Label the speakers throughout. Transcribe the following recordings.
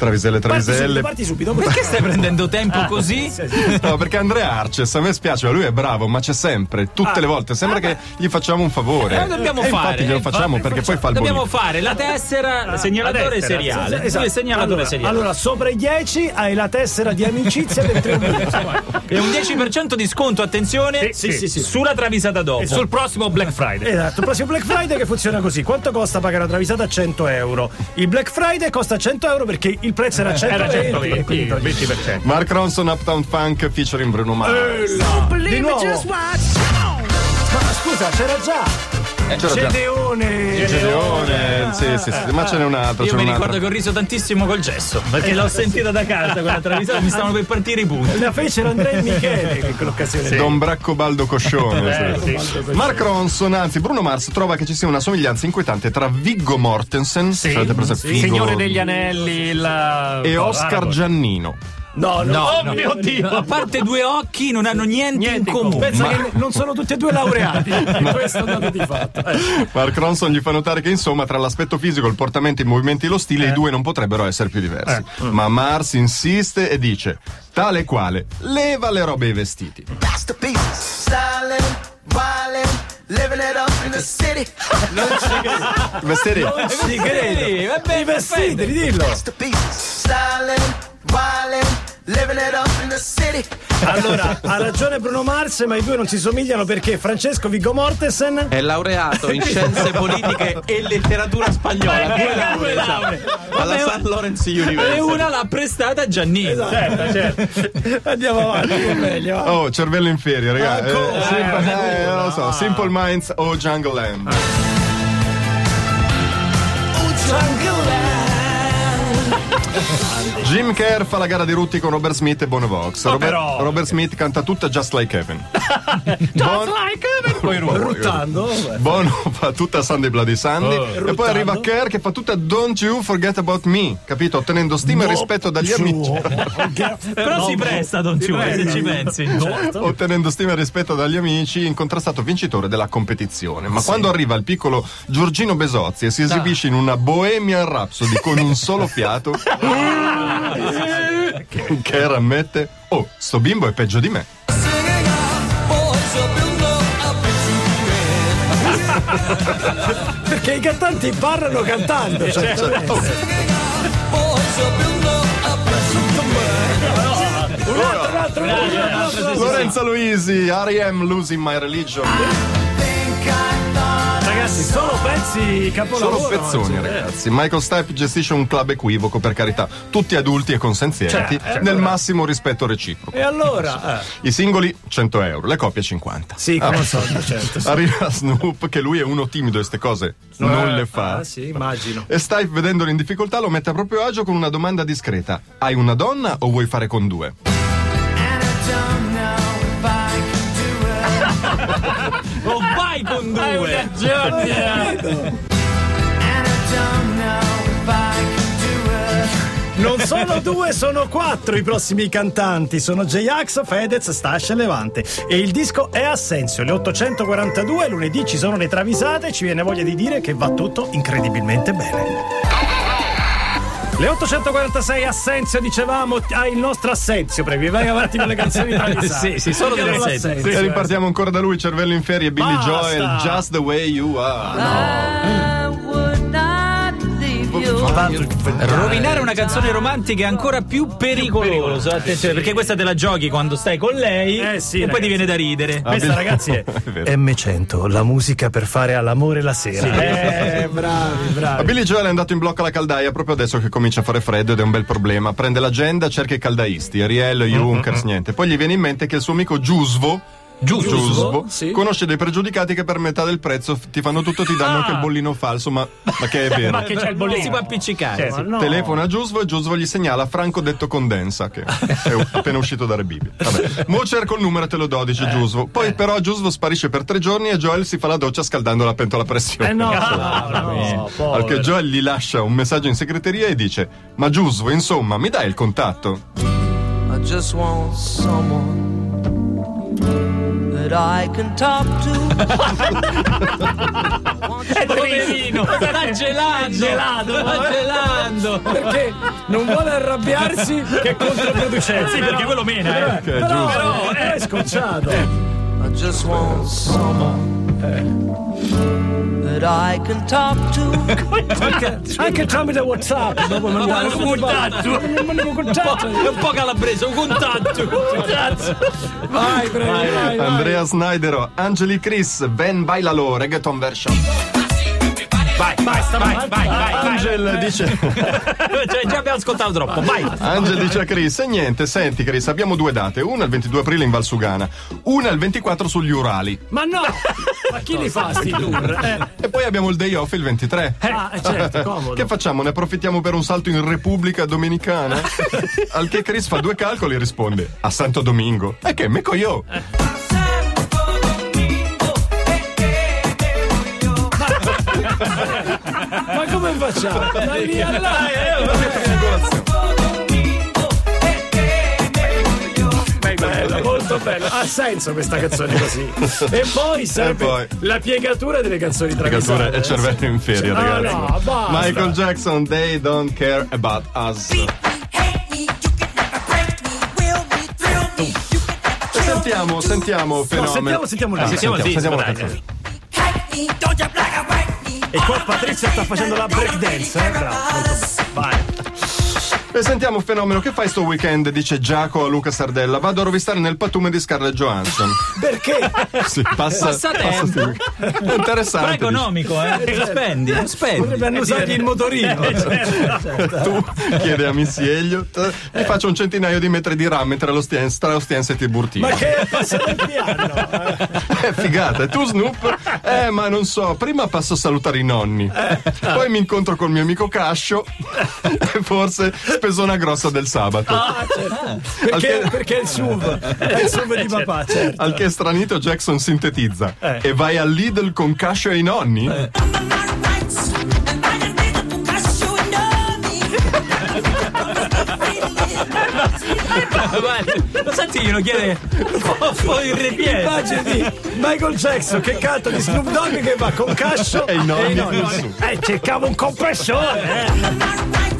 Speaker 1: Traviselle,
Speaker 2: Parti
Speaker 1: traviselle.
Speaker 2: subito, parti subito.
Speaker 3: Perché stai prendendo tempo così?
Speaker 2: Sì, sì.
Speaker 1: No, perché Andrea Arces a me spiace, ma lui è bravo, ma c'è sempre, tutte
Speaker 2: Ah.
Speaker 1: le volte. Sembra che gli facciamo un favore.
Speaker 3: Eh, dobbiamo
Speaker 1: E infatti
Speaker 3: fare,
Speaker 1: glielo
Speaker 3: eh,
Speaker 1: facciamo
Speaker 3: fa-
Speaker 1: perché poi fa il
Speaker 3: Dobbiamo
Speaker 1: bonito.
Speaker 3: fare la tessera, segnalatore
Speaker 4: tessera.
Speaker 3: seriale.
Speaker 2: Esatto.
Speaker 3: Lui è segnalatore
Speaker 2: allora,
Speaker 3: seriale.
Speaker 2: allora, sopra i 10 hai la tessera di amicizia del trionfo.
Speaker 3: E un 10% di sconto, attenzione,
Speaker 4: Sì, sì, sì.
Speaker 3: sulla travisata dopo. Eh,
Speaker 4: E sul prossimo Black Friday.
Speaker 2: Esatto, il prossimo Black Friday che funziona così. Quanto costa pagare la travisata? 100 euro. Il Black Friday costa 100 euro perché il prezzo era 100
Speaker 4: Era
Speaker 2: euro.
Speaker 4: 120, il 20%.
Speaker 1: Mark Ronson, Uptown Funk, featuring Bruno Mars.
Speaker 2: Di nuovo. Ma scusa, c'era già.
Speaker 1: Eh, c'era già.
Speaker 2: Gedeone.
Speaker 1: Gedeone, sì, sì, sì, ma ce n'è un altro,
Speaker 3: Io
Speaker 1: ce n'è
Speaker 3: mi
Speaker 1: un altro.
Speaker 3: ricordo che ho riso tantissimo col gesso, perché l'ho sentita da casa quella travisata, mi stavano per partire i punti.
Speaker 2: La fecero Andrea e Michele in quell'occasione.
Speaker 1: Don Bracco Baldo Coscione. sì.
Speaker 4: Eh, sì.
Speaker 1: Mark Ronson, anzi Bruno Mars, trova che ci sia una somiglianza inquietante tra Viggo Mortensen, se l'avete preso
Speaker 4: Sì.
Speaker 1: Viggo,
Speaker 4: Signore degli Anelli, il...
Speaker 1: e Oscar Giannino.
Speaker 2: No, no.
Speaker 4: Oh mio Dio!
Speaker 3: A parte due occhi non hanno niente,
Speaker 4: Niente
Speaker 3: in
Speaker 4: in
Speaker 3: comune.
Speaker 2: Pensa che non sono tutti e due laureati. Questo è un dato di fatto. Eh.
Speaker 1: Mark Ronson gli fa notare che insomma tra l'aspetto fisico, il portamento, i movimenti e lo stile i due non potrebbero essere più diversi. Ma Mars insiste e dice tale e quale, leva le robe e i vestiti.
Speaker 5: masterpieces. Styling, wildin', living it up in the city.
Speaker 1: Vestiti.
Speaker 3: Sì, credo. Vabbè,
Speaker 2: I vestiti, ridillo.
Speaker 5: Masterpieces. Styling, wildin', living it up in the city.
Speaker 2: Allora, ha ragione Bruno Mars, ma i due non si somigliano perché Francesco Viggo Mortensen
Speaker 6: È laureato in scienze politiche e letteratura spagnola. Due lauree, esatto. alla San Lorenzo
Speaker 3: E
Speaker 6: University.
Speaker 3: una l'ha prestata a Giannini.
Speaker 4: Certo, certo.
Speaker 2: andiamo avanti, o meglio. va.
Speaker 1: Oh, cervello in ferie, raga. Eh, simple, eh, lo so, Simple Minds o Jungle Land. Jim Kerr fa la gara di Rutti con Robert Smith e Bono Vox. Robert,
Speaker 4: però.
Speaker 1: Robert Smith canta tutta Just Like Heaven. Bon-
Speaker 4: Poi ruota.
Speaker 2: Ruttando, vabbè.
Speaker 1: Bono fa tutta Sunday Bloody Sunday e poi arriva Kerr che fa tutta Don't You Forget About Me, capito? Ottenendo stima e rispetto dagli amici.
Speaker 3: Però si presta, Don Ciume, se ci pensi.
Speaker 1: Ottenendo stima e rispetto dagli amici, incontrastato vincitore della competizione. Ma quando arriva il piccolo Giorgino Besozzi e si esibisce in una Bohemian Rhapsody con un solo fiato, Kerr ammette: Oh, sto bimbo è peggio di me.
Speaker 5: Singing out, boys up in love, up into the red.
Speaker 2: perché i cantanti parlano cantando. Cioè,
Speaker 5: Singing out, boys up in love, up into the red.
Speaker 2: un altro, un altro, un altro, un altro.
Speaker 1: Lorenzo Luisi, R.E.M. Losing My Religion.
Speaker 5: Think I thought
Speaker 2: Ragazzi, sono pezzi capolavoro. eh, cioè.
Speaker 1: Solo pezzoni,
Speaker 2: oggi.
Speaker 1: ragazzi. Michael Stipe gestisce un club equivoco, per carità, tutti adulti e consenzienti, nel massimo rispetto reciproco.
Speaker 2: E allora? Eh.
Speaker 1: I singoli 100 euro, le coppie 50.
Speaker 2: Sì, come sono, certo.
Speaker 1: Arriva Snoop, che lui è uno timido e queste cose non le fa.
Speaker 2: Ah, sì, immagino.
Speaker 1: E Stipe, vedendolo in difficoltà, lo mette a proprio agio con una domanda discreta: Hai una donna o vuoi fare con due?
Speaker 5: and I don't know if I can do it.
Speaker 3: O vai con due.
Speaker 5: And I don't know if I can do it.
Speaker 2: Non sono due, sono quattro i prossimi cantanti. Sono J-Ax, Fedez, Stash e Levante. E il disco è Assenzio. Le 842, lunedì ci sono le travisate. Ci viene voglia di dire che va tutto incredibilmente bene. Le 846 Assenzio, dicevamo, hai il nostro Assenzio, Previ. Vai avanti con le canzoni travisate.
Speaker 3: Sì, sì, solo delle
Speaker 2: Chiamalo
Speaker 3: Assenzio.
Speaker 2: Assenzio. eh.
Speaker 1: E ripartiamo ancora da lui, cervello in ferie, Billy
Speaker 2: Basta!
Speaker 1: Joel, Just the Way You Are.
Speaker 7: I would not leave you.
Speaker 3: Rovinare una canzone romantica è ancora più pericoloso. Attenzione, perché questa te la giochi quando stai con lei
Speaker 2: Eh sì,
Speaker 3: e poi
Speaker 2: ragazzi.
Speaker 3: ti viene da ridere.
Speaker 2: Questa ragazzi è
Speaker 1: È vero.
Speaker 2: M100, la musica per fare all'amore la sera. Eh, bravi,
Speaker 1: A
Speaker 2: bravi.
Speaker 1: Billy Joel è andato in blocco alla caldaia proprio adesso che comincia a fare freddo ed è un bel problema. Prende l'agenda, cerca i caldaisti, Ariel,
Speaker 4: Mm,
Speaker 1: Junkers, niente. Poi gli viene in mente che il suo amico Giusvo. Giusvo, conosce dei pregiudicati che per metà del prezzo f- ti fanno tutto, ti danno anche il bollino falso, ma, ma che è vero.
Speaker 4: Ah! Ma che c'è il
Speaker 3: Non si può
Speaker 4: bollino?
Speaker 3: appiccicare.
Speaker 4: Sì, sì.
Speaker 1: Telefona a Giusvo e Giusvo gli segnala Franco detto Condensa, che è u- appena uscito da Re Bibi. Vabbè. Mo cerco il numero e te lo do,
Speaker 4: Eh.
Speaker 1: dice Giusvo. Poi però Giusvo sparisce per tre giorni e Joel si fa la doccia scaldando la pentola a pressione.
Speaker 2: Eh no,
Speaker 4: no,
Speaker 1: Al che Joel gli lascia un messaggio in segreteria e dice: Ma Giusvo, insomma, mi dai il contatto?
Speaker 5: I just want someone that
Speaker 7: that I can talk to.
Speaker 3: È poverino, sta gelando, sta gelando.
Speaker 8: Perché non vuole arrabbiarsi
Speaker 2: Che è controproducente.
Speaker 3: Sì, perché quello mena, eh.
Speaker 1: Ok,
Speaker 2: Però,
Speaker 1: giusto.
Speaker 2: però eh. è scocciato.
Speaker 5: I just want someone eh,
Speaker 7: that I can talk to.
Speaker 2: Anche, anche tramite WhatsApp. Dopo mi
Speaker 3: Ma un contatto.
Speaker 2: hanno contato.
Speaker 3: È un po' calabrese, un contatto.
Speaker 8: Vai, prego, vai, vai.
Speaker 1: Andrea Snydero, Angeli Chris, Ben Bailalo, reggaeton version.
Speaker 3: Vai, vai, vai, vai, vai.
Speaker 1: Angel dice,
Speaker 3: Cioè, già abbiamo ascoltato troppo, vai.
Speaker 1: Angel dice a Chris, e niente, senti Chris, abbiamo due date, una il 22 aprile in Valsugana, una il 24 sugli Urali.
Speaker 2: Ma no! Ma chi li fa sti tour? Eh,
Speaker 1: E poi abbiamo il day off il 23.
Speaker 2: ah, eh, certo, comodo.
Speaker 1: Che facciamo? Ne approfittiamo per un salto in Repubblica Dominicana? Al che Chris fa due calcoli e risponde: A Santo Domingo. E che me coglio?
Speaker 2: Ma come facciamo? Da lì a là, eh, bella, molto bella. Ha senso questa canzone così. E poi serve
Speaker 1: poi.
Speaker 2: la piegatura delle canzoni
Speaker 1: Cazzo,
Speaker 2: travisate. eh?
Speaker 1: è cervello in ferie,
Speaker 2: Ah,
Speaker 1: ragazzi.
Speaker 2: no, basta.
Speaker 1: Michael Jackson, they don't care about us. Sentiamo, sentiamo,
Speaker 2: No,
Speaker 1: fenomeno.
Speaker 2: sentiamo, sentiamo lì.
Speaker 1: Ah,
Speaker 3: Sentiamo, sì,
Speaker 1: sentiamo la
Speaker 3: dai.
Speaker 1: canzone.
Speaker 2: E qua Patrizia sta facendo la breakdance, eh? Bravo, molto bene. Vai.
Speaker 1: E sentiamo un fenomeno che fai sto weekend, dice Giaco a Luca Sardella. Vado a rovistare nel patume di Scarlett Johansson.
Speaker 2: Perché?
Speaker 1: Sì, passa,
Speaker 3: Passa tempo.
Speaker 1: sti weekend. È interessante.
Speaker 3: Però è
Speaker 1: dice.
Speaker 3: economico, eh. Lo spendi, lo spendi.
Speaker 2: Potrebbero usargli il motorino.
Speaker 1: tu chiede a Missy Elliott eh, mi faccio un centinaio di metri di rame tra lo Stiens, tra lo Stiens e Tiburtino
Speaker 2: Ma che è passato il piano?
Speaker 1: è figata e tu Snoop eh ma non so prima passo a salutare i nonni poi mi incontro col mio amico Cascio e forse spesona grossa del sabato
Speaker 2: Perché, perché è il SUV? È il SUV di papà, certo.
Speaker 1: al che stranito Jackson sintetizza e vai al Lidl con Cascio e i nonni
Speaker 3: Vai. Lo senti, glielo chiede un po' il repiede.
Speaker 2: Immagini Michael Jackson che canta di Snoop Dogg che va con Cascio
Speaker 1: E i nonni di
Speaker 2: nonni. Eh, cercavo un compressore, eh.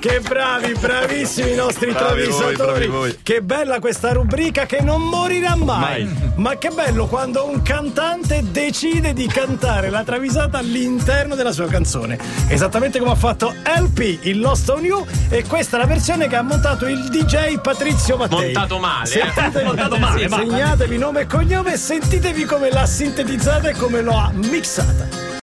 Speaker 2: Che bravi, bravissimi i nostri
Speaker 1: Bravi voi,
Speaker 2: travisatori.
Speaker 1: bravi voi.
Speaker 2: Che bella questa rubrica che non morirà mai. Ma che bello quando un cantante decide di cantare la travisata all'interno della sua canzone. Esattamente come ha fatto LP in Lost on You e questa è la versione che ha montato il DJ Patrizio Mattei.
Speaker 6: Montato male, eh.
Speaker 2: Sentitevi, montato male, segnatevi nome e cognome e sentitevi come l'ha sintetizzata e come l'ha mixata.